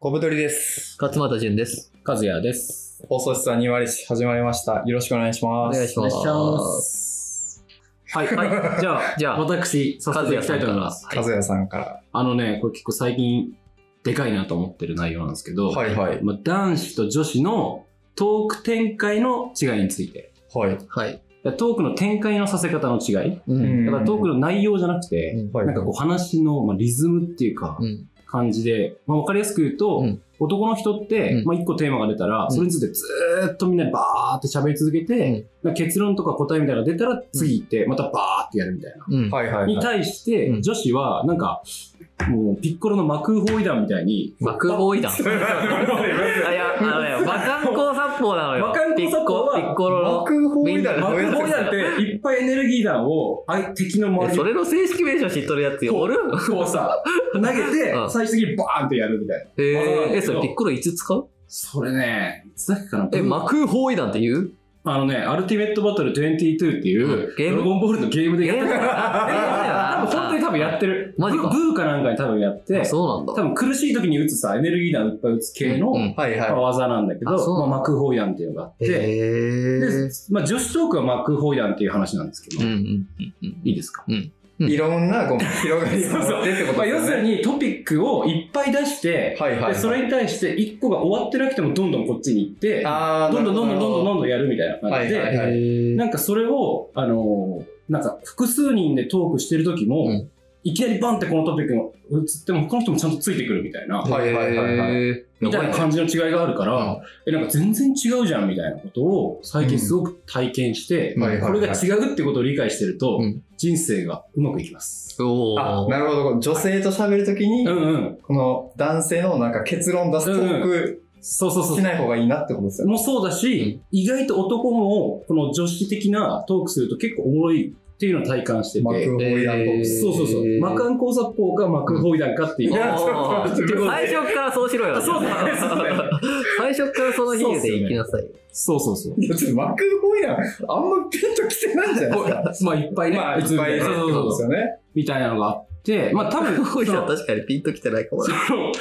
小太りです。勝俣淳です。和也です。放送室は2割始まりました。よろしくお願いしおます。願いしおま願いしす。ます。 はい、はい、じゃあ、じゃあ私、させていただきたいと思います。和也さんから。あのね、これ結構最近、でかいなと思ってる内容なんですけど、はいはい。まあ、男子と女子のトーク展開の違いについて。はい。はい。トークの展開のさせ方の違い。ううんん。だからトークの内容じゃなくうて、んはいなんかこう話のまあリズムっていうかう、ん。感じで、まあ、わかりやすく言うと、うん男の人って、うんまあ、一個テーマが出たら、んそれについてずーっとみんなでバーって喋り続けて、なんか結論とか答えみたいなのが出たら、次行って、またバーってやるみたいな。うん。はいはいはい。に対して、うん女子は、なんか、もう、ピッコロの幕包囲団みたいに、幕包囲 団。あ、いや、あのね、馬漢光殺法なのよ。馬漢光殺法はピッコピッコロ幕法みんみなたいな幕包囲団って、いっぱいエネルギー弾を、あい敵のの。え周りそれの正式名称知っとるやつおるんこうさ、投げてう、ん最終的にバーンってやるみたいな。えーわかんないけどえ、それピッコロいつ使うそれね、いつだっけかなえ、幕包囲団って言うあのね、アルティメットバトル22っていう、うんゲームドラゴンボールのゲームでやってる。多あ分本当に多分やってる。マジかブブーかなんかに多分やって、多そうなんだ。分苦しい時に打つさ、エネルギー弾いっぱい打つ系のうんうんはいはい。技なんだけあそうど、まあ、幕包弾っていうのがあっへて、ーでまあ、女子トークは幕包弾っていう話なんですけうど、んいうん。いですかうんいろんなこう広がりを持ってってことまあ、ですよ要するね。にトピックをいっぱい出して、はいはい。でそれに対して1個が終わってなくてもどんどんこっちに行って、あーどんどんどんどんどんなるどんどんどんやるみたいな感じで、はいはいへーなんかそれを、あのーなんか複数人でトークしてる時も、うんいきなりバンってこのトピックに移っても、他の人もちゃんとついてくるみたいな、はいはいはいはいへーみたいな感じの違いがあるから、え、なんか全然違うじゃんみたいなことを最近すごく体験して、うんはいはいはいこれが違うってことを理解してると、うん人生がうまくいきます。おあー。なるほど。女性と喋るときにう、んうん。この男性のなんか結論出すトークそうそうそしう。ない方がいいなってことですよね。もうそうだし、意外と男も、この女子的なトークすると結構おもろいっていうのを体感してて。幕法イラントークえース。そうそうそう。魔漢工作法か幕法医団かっていう。いやちょっと待って最初からそうしろよ。そうだねそうだね最初からその日で行きなさいよ。そうそうそう。いやちょっと幕法イラン、あんまピンときてないんじゃないですか。まあ、いっぱいね。まあ、いっぱいいるってそうそこうとですそうよね。みたいなのがあって、まあ、多分、 こいつは確かにピンときてないかもそな。の、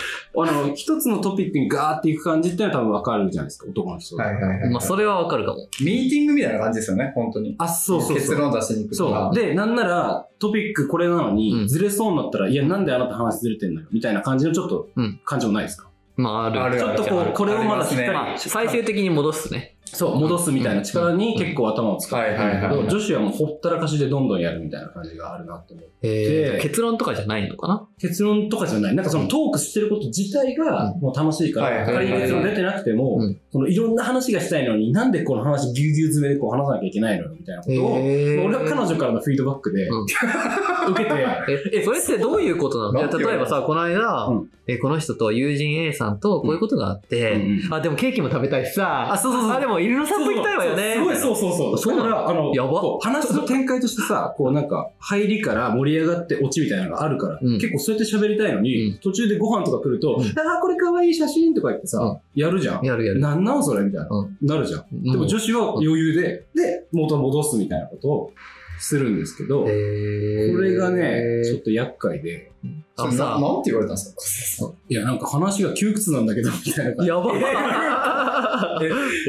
あの、一つのトピックにガーっていく感じっていうのは多分わかるじゃないですか、男の人。はいはいはい。まあ、それはわかるかも。ミーティングみたいな感じですよね、本当に。あ、そうそうそ結う。論出しに行くとそかう。。で、なんなら、トピックこれなのうんに、ずれそうになったら、いや、なんであなた話ずれてんのよ、みたいな感じのちょっとうん、感情ないですかまあ、ある。あるちょっとこあるう、これをまだしっかありままあ、り、最終的に戻すね。そう、戻すみたいな力に結構頭を使う。はいはいはいはい。女子はもうほったらかしでどんどんやるみたいな感じがあるなって思う。えでー結論とかじゃないのかな結論とかじゃない。なんかそのトークしてること自体がうもう楽しいかはいはいはいら、はい仮に結論出てなくてもうん、そのいろんな話がしたいのに、なんでこの話ぎゅうぎゅう詰めでこう話さなきゃいけないのよみたいなことを、俺は彼女からのフィードバックでうん 受けて、え、それってどういうことなのなんいてや言われ例えるばさ、この間うん、えこの人と友人 A さんとこういうことがあって、うんあ、でもケーキも食べたいしあ、さ、そうそうそう。あ、でも犬の散歩行きたいわよね。すごいそうそうそう。そうだから、あの、やばこう話の展開としてさ、こうなんか、入りから盛り上がって落ちみたいなのがあるから、うん結構そうやって喋りたいのに、うん途中でご飯とか来ると、うんああ、これ可愛い写真とか言ってさ、うんやるじゃん。やるやる。なんなんそれみたいな、うんなるじゃん。ででも女子は余裕で、で、元戻すみたいなことをするんですけど、ここれれがね、ちょっと厄介で、そあれなさ、なんて言われたんですかいや、なんか話が窮屈なんだけど、みた いな感 じ。やば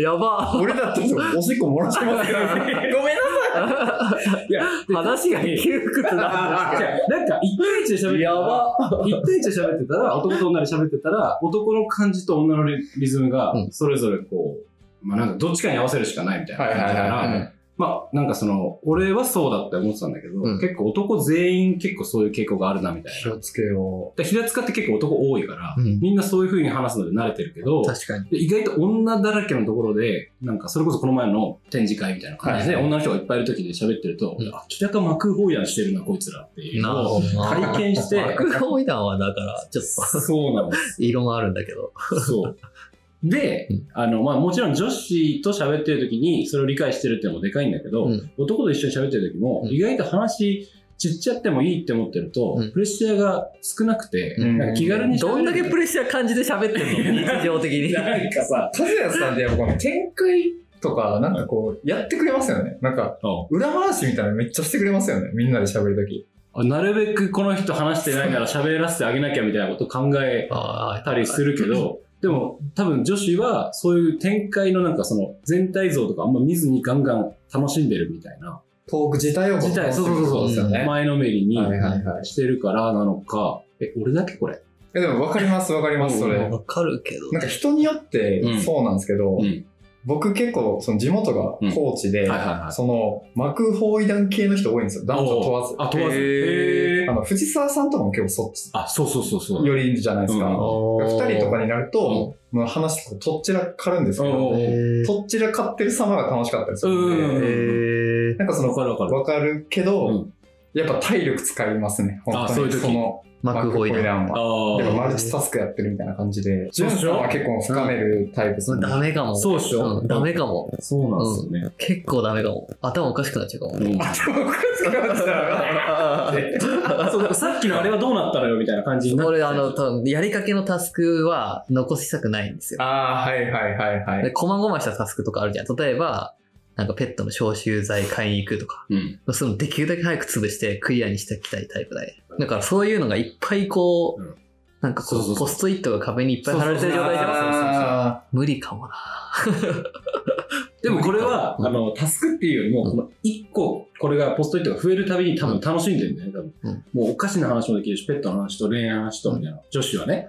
やば俺だっておしっこ漏らしてますけどごめんなさいや、で話が窮屈なんあでじゃあなんか、一対一で喋っすけど。てたらやば一対一で喋ってたら、男と女で喋ってたら、男の感じと女のリズムがう、それぞれこう、まあなんかどっちかに合わせるしかないみたいな感じだかはいはいはいはら、まあなんかその、俺はそうだって思ってたんだけど、うん結構男全員結構そういう傾向があるなみたいな。をつけよで平塚って結構男多いから、うんみんなそういう風に話すので慣れてるけど、確かに。で意外と女だらけのところで、なんかそれこそこの前の展示会みたいな感じで、はい女の人がいっぱいいる時で喋ってると、うんあ、北か幕包囲してるな、こいつらっていうなるのほをどな。体験して、幕後イダはだから、ちょっそうなんです。と、異論あるんだけど。そう。 でうん、あの、まあもちろん女子と喋ってる時にそれを理解してるってのもでかいんだけど、うん男と一緒に喋ってる時もうん意外と話ちっちゃってもいいって思ってると、うんプレッシャーが少なくて、うんなんか気軽にどんだけプレッレッシャー感じて喋ってんの日常的に。 なんかさ、う。和也さんってやっぱこの展開とか、なんかこう、やってくれますよね。なんか、そ裏回しみたいなのめっちゃしてくれますよね。みんなで喋るとき。あなるべくこの人話してないなら喋らせてあげなきゃみたいなこと考えあたりするけど、でも多分女子はそういう展開のなんかその全体像とかあんま見ずにガンガン楽しんでるみたいな、トーク自体を自体、そうそうそうですそよう、ね。前のめりにはいはいはいしてるからなのか、え、俺だけこれ。えでも分かります分かります、それ。うんなわかるけど。んか人によってうんそうなんですけど、ん。僕結構その地元が高知で、はいはいはい。その幕包囲団系の人多いんですよ。男女問わず。あ、問わず。へへあーの、藤沢さんとかも結構そっちあ、そうそうそうそう。よりじゃないですか。うん二2人とかになると、もう話こうとっちらかるんですけうんど、えとっちらかってる様が楽しかったりするうんんで、ーなんかそわの、かるわかる。わかるけど、うんやっぱ体力使いますね、本当に。あそういう時の、幕ホホイイダだ。ンは。あやっあぱ。マルチタスクやってるみたいな感じで、そ純うっしょさんは結構深めるタイプですね。ダメかも。そうっしょうんダメかも。そうなんですよね。結構ダメかも。頭おかしくなっちゃうかも。うん頭お かしくなっちゃうあそうさっきのあれはどうなったのよみたいな感じになって。俺、あの、多分やりかけのタスクは残したくないんですよ。ああ、はいはいはいはで、い。こまごましたタスクとかあるじゃん。例えば、なんかペットの消臭剤買いに行くとか、うん。そのできるだけ早く潰してクリアにしておきたいタイプだね。だからそういうのがいっぱいこう、うんなんかこうそうそうそポうストイットが壁にいっぱい貼られてる状態じゃん。あ無理かもな。でもこれは、うんあの、タスクっていうよりも、うんこの1個、これがポストイットが増えるたびに多分楽しんでるんだよね、多分。もうおかしな話もできるし、ペットの話と恋愛の話と、みたいな、女子はね。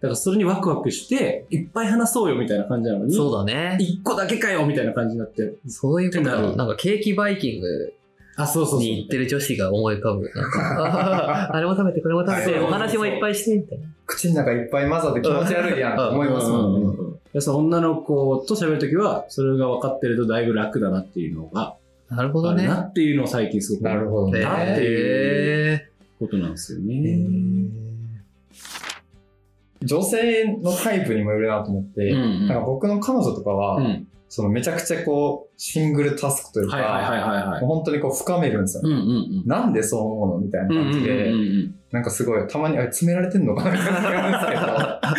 だからそれにワクワクして、いっぱい話そうよ、みたいな感じなのに、そうだね。 1個だけかよ、みたいな感じになって。そういうことだうろんう。なんかケーキバイキングあ、そうそうそう。に行ってる女子が思い浮かぶ。なんかあれも食べて、これも食べて、はいお話もいっぱいして、みたいな。口の中いっぱい混ざって気持ち悪いやんと思いますもんね。うんうんうんでその女の子と喋るときは、それが分かってるとだいぶ楽だなっていうのが、なるほあどるね。なっていうのを最近すごくな思るうほどね。なっていえことなんですよーね。女性のタイプにもよるなと思って、んなんか僕の彼女とかは、うんそのめちゃくちゃこう、シングルタスクというか、はいはいはいはいはい。もう本当にこう深めるんですよ、うんねうんうん。なんでそう思うのみたいなうん感うんじで、うんうんなんかすごい、たまに、あれ詰められてんのかなみたいな感じなんで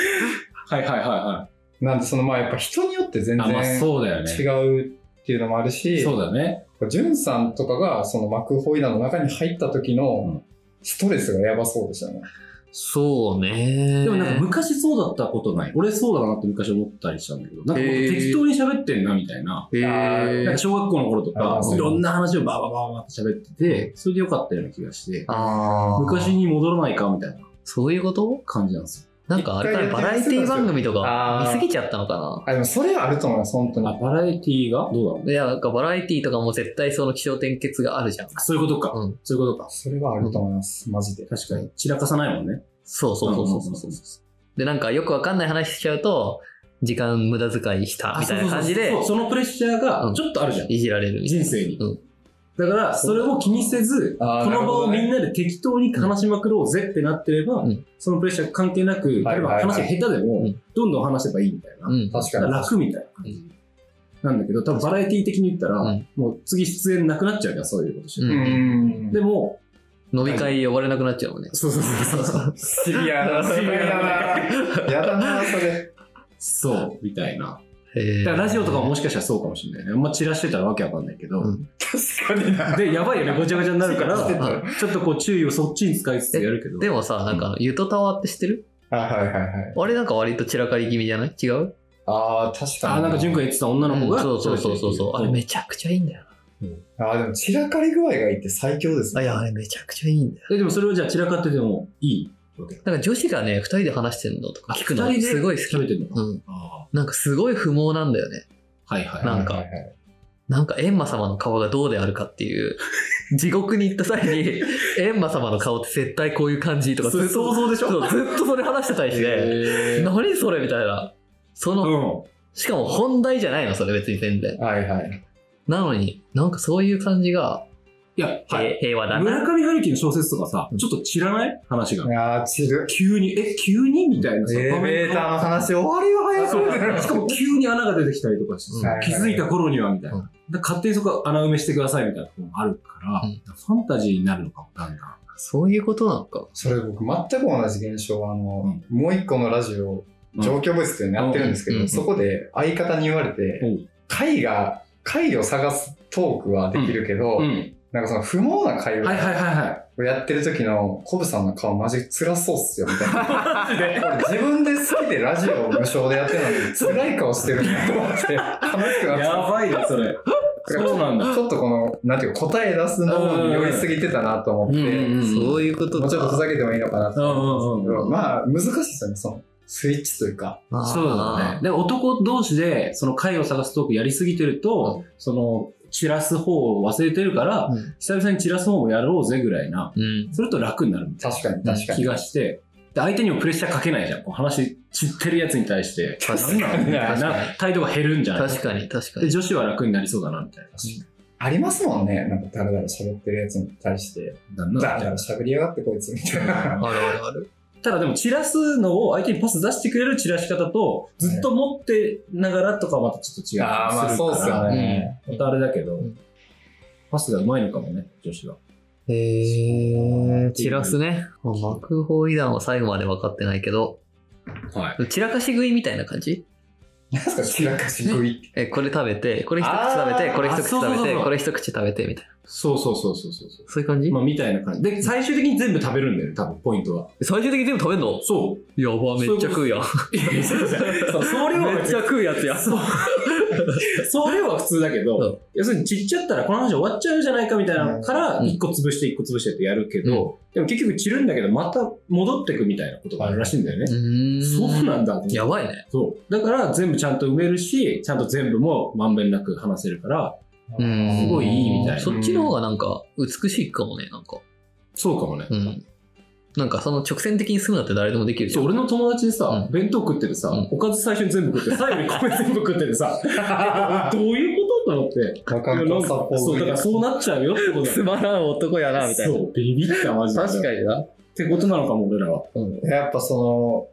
すはいはいはいはい。 けど、なんでそのまあやっぱ人によって全あ、まあ然そうだよね。違うっていうのもあるし、そうだね。ジュンさんとかがその幕ホイダーの中に入った時うのんストレスがやばそうでしたね。そうね。でもなんか昔そうだったことない。俺そうだなって昔思ったりしたんだけど、なんかもう適当に喋ってんなみたいな。へーなんーか小学校の頃とかあ、ーいろんな話をバーバーバーバーって喋ってて、それでよかったような気がして、あー昔に戻らないかみたいなそういうこと感じなんですよ。なんかあれか一な、回バやラってみエせたんですテよィ番組とあかー見すぎちゃったのかあ、でもそれはあると思います、本当に。あ、バラエティがどうだろうね。な。いや、なんかバラエティとかも絶対その気象転結があるじゃん。そういうことか。うん。そういうことか。それはあると思います、マジで。確かに。散らかさないもんね。そうそうそうそうそう。で、なんかよくわかんない話しちゃうと、時間無駄遣いしたみたいな感じでそうそうそうそうそのプレッシャーがちょっとあるじゃん。いじられるみたいな人生にうん。だから、それを気にせず、こあーの場なるほをどねみんなで適当に話しまくろうぜってなってればうん、そのプレッシャー関係なく、は例いえばはいはい話が下手でうもん、どんどん話せばいいみたいな。うん。確だかからに。楽みたいな感じ。なんだけど、多分バラエティ的に言ったうらん、もう次出演なくなっちゃうじゃん、そういうことしてうう。ん。でも、飲み会呼ばれなくなっちゃうもんね。そうそうそうそう。シビアだな、シビアだな。やだな、それ。 そう、みたいな。へーだからラジオとかももしかしたらそうかもしれないね。あんま散らしてたらわけわかんないけど。うん確かにな。で、やばいよね、ごちゃごちゃになるから散らしてたら、ちょっとこう注意をそっちに使いつつやるけど。でもさ、なんかあの、ゆとたわって知ってるはいはいはいはい。あれなんか割と散らかり気味じゃない違うああ、確かに。あ、なんか純子が言ってた女の子が、そうそうそうそうそう。あれめちゃくちゃいいんだよああ、でも散らかり具合がいいって最強ですな。ね。あ、いや、あれめちゃくちゃいいんだよ。えでもそれをじゃあ散らかっててもいいわけなんか女子がね、二人で話してるのとか聞くの二人ですごい好喋っき。てんのかうん。あなんかすごい不毛なんだよね。あはいはい。なはんいかはいはいなんか閻魔様の顔がどうであるかっていう、地獄に行った際 に、閻魔様の顔って絶対こういう感じとか、ずっと、想像でしそうずっとそれ話してたりして、へー何それみたいな。そうの、ん。しかも本題じゃないの、それ別に全然。はいはい。なのに、なんかそういう感じが、いや、はい。平和だな。村上春樹の小説とかさう、んちょっと散らない話がい。やー、散る。急に、え、急にみたいなさ。エレベーターの話終わりはそ早う。しそかも急に穴が出てきたりとかしてうんさ、気づいた頃にはみたいな。うんだから勝手にそこ穴埋めしてくださいみたいなところもあるから、うんファンタジーになるのかも、だんだん。そういうことなのか。それ僕全く同じ現象は、あうのん、もう一個のラジオ、上京ブースっていうのやってるんですけうんうど、んそこで相方に言われうてん、会が、会を探すトークはできるけどう、ん。なんかその不毛な会はい話はいはいはい。これやってる時のコブさんの顔マジ辛そうっすよ、みたいな。で俺自分で好きでラジオを無償でやってるのに、辛い顔してるなと思って、楽しくなって。やばいな、それ。そうなんだ。ちょっとこの、なんていうか、答え出すのに寄りすぎてたなと思って、そういうこともうちょっとふか。ざけてもいいのかなと思ったんですけうんうんうんうど、まあ、難しいですよね、その、スイッチというか。あーそうだね。。で、男同士で、その会を探すトークやりすぎてると、その、散らす方を忘れてるから、うん久々に散らす方もやろうぜぐらいな、うん。すると楽になる確かに、確か気に。がして、で相手にもプレッシャーかけないじゃん。こう話知ってるやつに対して、確か何になのみたい確なか態度が減るんじゃない確かに、確かで、に。女子は楽になりそうだな、みたいありますもんね、なんか、だらだら喋ってるやつに対して、な。なんだらなだら喋りやがってこいつみたいあな。るあるある。ただでも散らすのを相手にパス出してくれる散らし方と、ずっと持ってながらとかはまたちょっと違う。ああ、まあそうっすよね。またあれだけど、うんパスがうまいのかもね、女子は。へえ、散らすね。まあ幕法医団は最後まで分かってないけど、はい。散らかし食いみたいな感じなんすか、散らかし食いって。え、これ食べて、これ一口食べあて、ーこれ一口あそ食うそうべそうて、これ一口食べて、みたいな。そうそうそうそうそうそそういう感じう。まあみたいな感じ。で、最終的に全部食べるんだよね、多分、ポイントは。最終的に全部食べんのそやば、めっちゃ食うやん。う。いやいやそうそうそれはめっちゃ食うやつや。そう。送料は普通だけうどん、要するにちっちゃったらこの話終わっちゃうじゃないかみたいなのから、うん一個潰して一個潰してってやるけど、でも結局散るんだけど、また戻ってくみたいなことがあるらしいんだよね。そうなんだと思ってやばいね。そう。だから全部ちゃんと埋めるし、ちゃんと全部もまんべんなく話せるから、うんすごいいいみたいなそっちの方がなんか、美しいかもね、なんか。そうかもね。うん。なんかその直線的に進むのって誰でもできるじそゃ。うん俺の友達でさ、うん弁当食っててさ、うんおかず最初に全部食って、最後に米全部食って てさ、どういうことと思って。い若やなん干かサポそう、だかーらそうなっちゃうよってことだ つまらん男やな、みたいな。そう、ビビったマジで。確かにな。ってことなのかも、俺らは。うん。グ。やっぱその、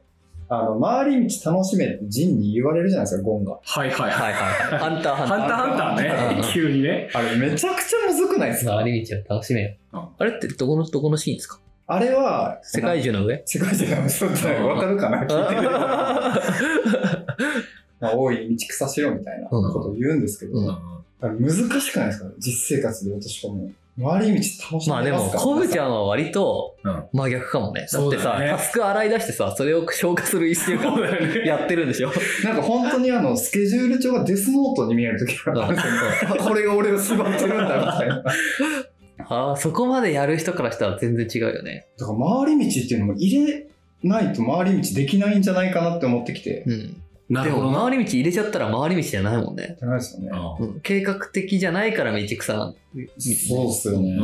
あの、回り道楽しめって人に言われるじゃないですか、ゴンが。はいはいはいはいはい。ハンターハンタハンー。ターハンターうんね。急にね。あれめちゃくちゃむずくないですか回り道を楽しめようん。あれってどこの、どこのシーンですかあれは、世界中の上世界中の嘘ってわかるかな聞いて る。まあ、多い道草しろみたいなことを言うんですけど、うんあれ難しくないですか実生活で落とし込むの。回り道楽しめまあで も、ますかコブちゃんは割とうん真逆かもね。だそっうてださ、ねタスク洗い出してさ、それを消化する一週間だよねやってるんでしょなんか本当にあの、スケジュール帳がデスノートに見えるときがあるんですよね。 これが俺を縛ってるんだみたいな。だかああ、そこまでやる人からしたら全然違うよね。ら回り道っていうのも入れないと回り道できないんじゃないかなって思ってきて。うん。なでるほども、な。回り道入れちゃったら回り道じゃないもんね。じゃないですよね。うん計画的じゃないから道草なんそうっすよね。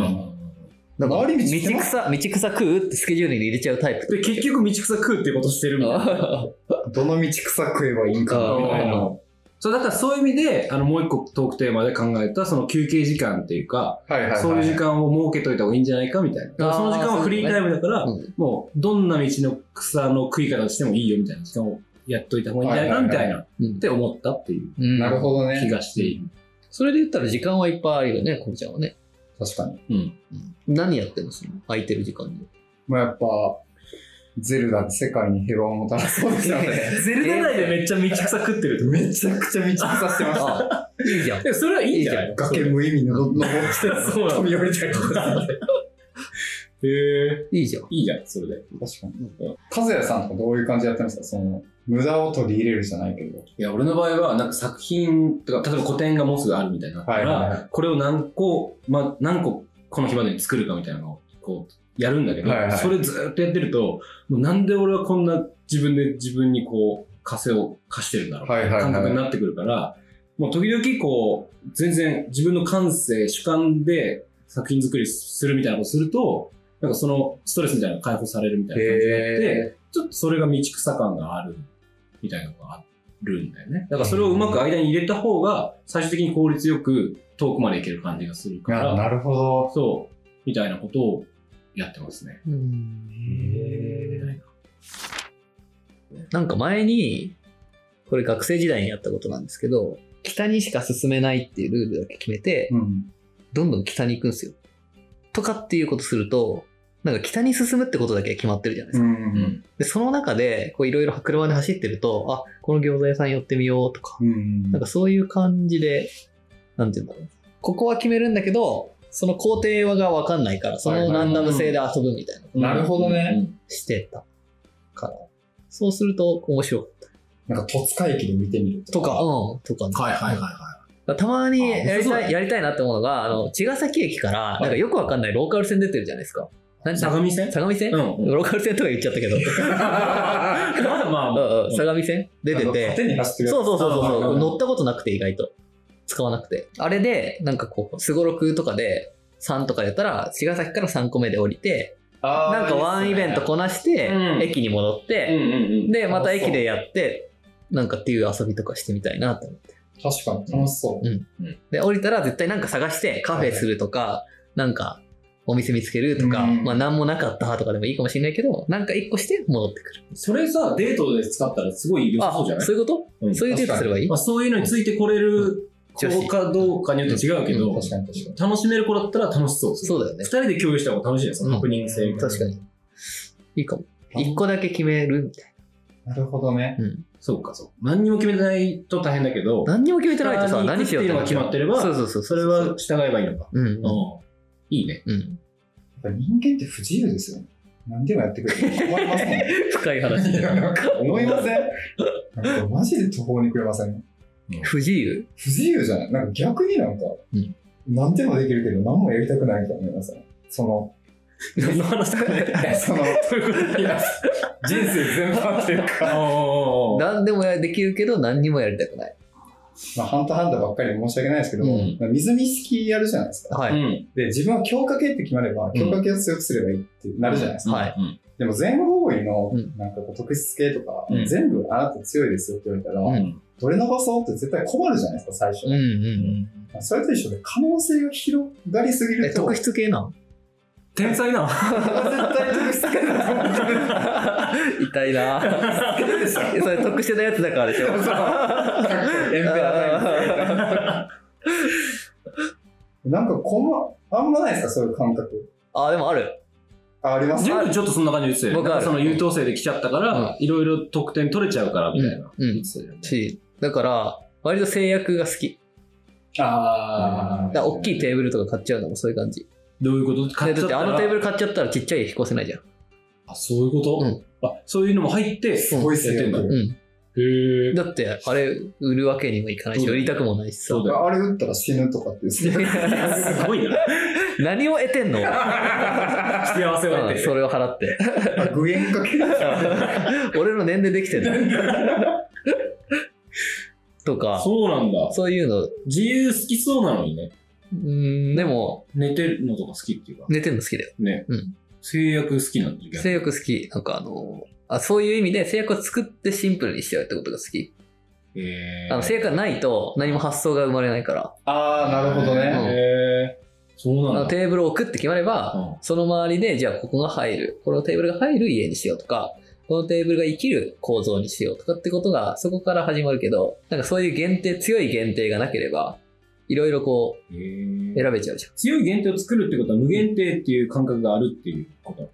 だから回道り道ってま草、道草食うってスケジュールに入れちゃうタイプ。で、結局、道草食うってことしてるみたいな。あどの道草食えばいいんかなみたいな。はそう、だからそういう意味で、あの、もう一個トークテーマで考えた、その休憩時間っていうか、いはいはい。そういう時間を設けといた方がいいんじゃないかみたいな。だからその時間はフリータイムだから、そうだねもう、どんな道の草の食い方してもいいよみたいな時間をやっといた方がいいんじゃないかみたいな、うんって思ったっていううんなるほど気ね。がしている。それで言ったら時間はいっぱいあるよね、こぶちゃんはね。確かに。うん。何やってますの空いてる時間に。まあやっぱ、ゼルダって世界に平和をもたらそうですよ ね。ゼルダ内でめっちゃ道草食ってると思うめちゃくちゃ 道草してました。ああ、いいじゃん。でもそれはいいんじゃない崖無意味の登 って そうなの飛び降りたりとかして。へえ。いいじゃん。いいじゃん、それで。確かに。和也さんとかどういう感じでやってますかその、無駄を取り入れるじゃないけど。いや、俺の場合は、なんか作品とか、例えば古典がもうすぐあるみたいな。はいはいはこれを何個、まあ、何個この日までに作るかみたいなのを、こう、やるんだけど、はいはいそれずーっとやってると、もうなんで俺はこんな自分で自分にこう、枷を課してるんだろう。はいはいはい感覚になってくるから、もう時々こう、全然自分の感性、主観で作品作りするみたいなことすると、なんかそのストレスみたいなのが解放されるみたいな感じになって、ちょっとそれが道草感があるみたいなのがあるんだよね。だからそれをうまく間に入れた方が、最終的に効率よく遠くまで行ける感じがするかなら、なるほど。そう、みたいなことをやってますね。なんか前に、これ学生時代にやったことなんですけど、北にしか進めないっていうルールだけ決めて、うん。どんどん北に行くんですよ。とかっていうことすると、なんか北に進むってことだけ決まってるじゃないでうすか。ん。で、その中で、こういろいろ車で走ってると、あ、この餃子屋さん寄ってみようとか、うんなん。かそういう感じで、なんて言うんだろう。ここは決めるんだけど、その工程がわかんないから、そのランダム性で遊ぶみたいなな。るほどね。してたから。そうすると面白い。なんか、戸塚駅で見てみるとか、うん、とかね、はいはいはいはい。たまにあやりそうただい、やりたいなって思うのが、あの、茅ヶ崎駅から、なんかよくわかんないローカル線出てるじゃないですか。なん相模線相模線、うんローカル線とか言っちゃったけど。まだまあうまあ、んうん、相模線出てあのて。縦に走ってるやそうそうそうそううんうんうん乗ったことなくて意外と。使わなくて。あれで、なんかこう、すごろくとかで、3とかやったら、茅ヶ崎から3個目で降りて、つ。あーなんかワンイベントこなして、うん駅に戻っうんて、うんうん。で、また駅でやって、なんかっていう遊びとかしてみたいなと思って。確かに楽しそう。で、降りたら絶対なんか探して、カフェするとか、なんか、お店見つけるとか、うんまあ何もなかったとかでもいいかもしれないけど、なんか一個して戻ってくる。それさ、デートで使ったらすごい良さあ、そうじゃないそういうこうんとそういうデートすればいいまあ、そういうのについてこれるうん子かどうかによって違うけど、うん確かに確かに。楽しめる子だったら楽しそうですね。そうだよね二。人で共有した方が楽しいです、そのうんハプニング性が。確かに。いいかも。一個だけ決めるみたいなるほどね。な。うん。そうか、そう。何にも決めてないと大変だけど、何にも決めてないとさ、何何ししよよううっていうのが決まってればそうそうそう。それは、従えばいいのか。うん。うんいい ね。うん。やっぱ人間って不自由ですよね。何でもやってくれる。困りますもん。 深い話いだやよなんか思いません なんかマジで途方に暮れません不自由不自由じゃないなんか逆になんか、うん何でもできるけど何もやりたくないみたいな思いませんその、 何の話かね。その、そういうこといや。人生全般っていうか、 お ー何でもやできるけど何にもやりたくない。まあ、ハンターハンターばっかりで申し訳ないですけど、うんまあ水見好きやるじゃないですか。はうい。ん。で、自分は強化系って決まれば、強化系を強くすればいいってなるじゃないですか。はい。うん。でも全方位のうん、なんかこう特質系とか、うん全部あなた強いですよって言われたら、うんどれ伸ばそうって絶対困るじゃないですか、最初。うんうんそれと一緒で可能性が広がりすぎうん。え、ると、特質系なの天才 な。絶対特質系だと思ってる痛いな ぁそれ特殊なやつだからで しょ。エンペラータイムなんかこんま、あんまないですか、そういう感覚。あ、でもある。あ、あります全部ちょっとそんな感じで言ってたよね。僕あるその優等生で来ちゃったから、いろいろ得点取れちゃうから、みたいな。うんうん言ってたよねし、だから、割と制約が好き。あだから大きいい。テーブルとか買っちゃうのもそういう感じ。どういうこと買でっちだゃっあってたのらテーブル買っちゃったらちっちゃい引っ越せないじゃん。あ、そういうこと、うあ、そういうのも入って、すごいですやってんだよ。うへえん。。だって、あれ売るわけにもいかないし、そうだよ売りたくもないしさそう。だよ。あれ打ったら死ぬとかっていう。 すごいな。 何を得てんの幸せを得うんて。それを払って。あ具現化系 俺の年齢できてんのとか、そうなんだ。そういうの、う自由好きそうなのにね。ーん、でも、寝てるのとか好きっていうか。寝てんの好きだよ。ね。うん制約好きなんだ制約好き。なんかあの、あそういう意味で制約を作ってシンプルにしちゃうってことが好き。へあの制約がないと何も発想が生まれないから、ああ、なるほどね。へえ。そうあなんのだ。テーブルを置くって決まれば、うんその周りで、じゃあここが入る、このテーブルが入る家にしようとか、このテーブルが生きる構造にしようとかってことがそこから始まるけど、なんかそういう限定、強い限定がなければ、いろいろこうへー選べちゃうじゃん。強い限定を作るってことは無限定っていう感覚があるっていうこと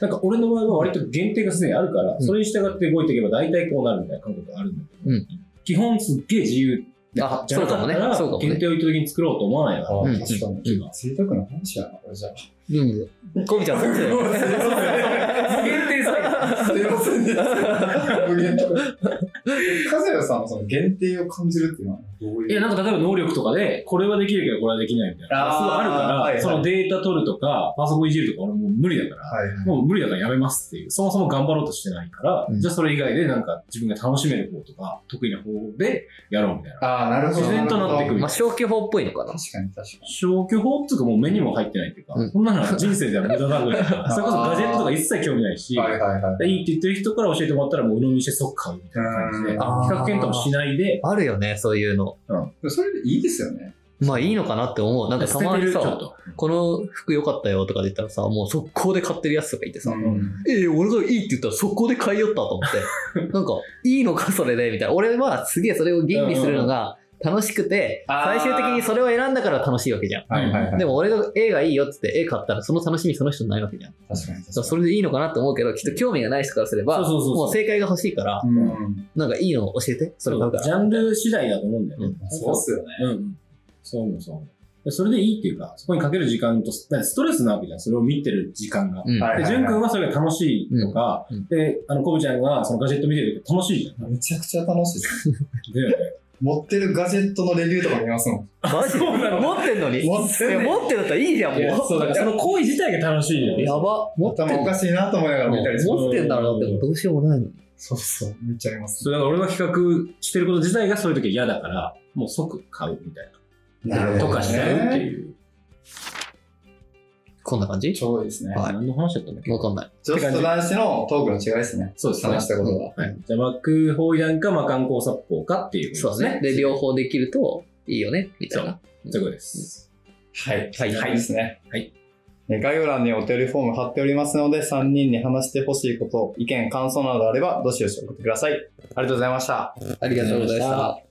なんか俺の場合は割と限定がすでにあるから、んそれに従って動いていけば大体こうなるみたいな感覚があるんだけうど、ん基本すっげえ自由あじゃなかったら、そうかもねそうかもね限定を意図的に作ろうと思わないなあ。うんー確かに。贅沢な話やな、これじゃあ。うん。コビちゃん、そうだよね限定すいませんね。無限とか。カズヤさんのその限定を感じるっていうのはどういいや、う。なんか例えば能力とかで、これはできるけどこれはできないみたいな。あーすごいあるから、はいはいそのデータ取るとか、パソコンいじるとか俺もう無理だから、はい。もう無理だからやめますっていう。そもそも頑張ろうとしてないから、うんじゃあそれ以外でなんか自分が楽しめる方とか、得意な方でやろうみたいな。ああ、なるほど。自然となってく るまあ消去法っぽいのかな。確かに確か消去法っていうかもう目にも入ってないっていうか、うんこんなのは人生では無駄だぐら いな。それこそガジェットとか一切興味ないし、に。はいはいはいいって言ってる人から教えてもらったらもう鵜呑みして即買うみたいな感じで、う比ん較検討もしないで、あるよね、そういうの。い。それでいいですよね。まあいいのかなって思う。なんかた捨てまてにるちょっさ、と。この服良かったよとかで言ったらさ、もう速攻で買ってるやつとかいてさ、うんええ俺がいいって言ったら速攻で買いよったと思って、なんか、いいのかそれで、みたいな。俺はすげえそれを吟味するのが楽しくて、あー最終的にそれを選んだから楽しいわけじゃん。はいはいはい。でも俺が絵がいいよって言って絵買ったらその楽しみその人ないわけじゃん。だ確かに確かからに。それでいいのかなって思うけど、きっと興味がない人からすれば、そうそうそうそうもう正解が欲しいから、うん。なんかいいの教えて、それ買うかジら。ャンル次第だと思うんだよね。うんなんかそうっすよね。うん。そう思う、そう思う。でそれでいいっていうか、そこにかける時間と、だってストレスなわけじゃん。それを見てる時間が。うんはいで、淳君はそれが楽しいとか、うんうんで、あの、コブちゃんがそのガジェット見てると楽しいじゃん。めちゃくちゃ楽しいです。で、持ってるガジェットのレビューとか見ますもん。マジでそうなの持ってんのに。い持ってんねや持ってんだったらいいじゃん、もう。そう、だからその行為自体が楽しいじゃん。やば。持ってん頭おのかしいなと思いながら見たりします。持ってんだろうなってもどうしようもないのに。そうそう、見ちゃいます。そう、だから俺は企画してること自体がそういう時は嫌だから、もう即買うみたいなるほな。とどかしちゃうってね。いう。こんな感じちょうどいいですね。はい何の話だったんだっけわかんない。女子と男子のトークの違いですね。そうですね話し。たことが。はい。じゃあ、幕法違反か、まあ、観光殺法かっていうこそとうね。で、両方できるといいよね、みたいな。そういうことです。はい。はいそうですね。はいえ。概要欄にお便りフォーム貼っておりますので、3人に話してほしいこと、意見、感想などあれば、どしどし送ってください。ありがとうございました。ありがとうございました。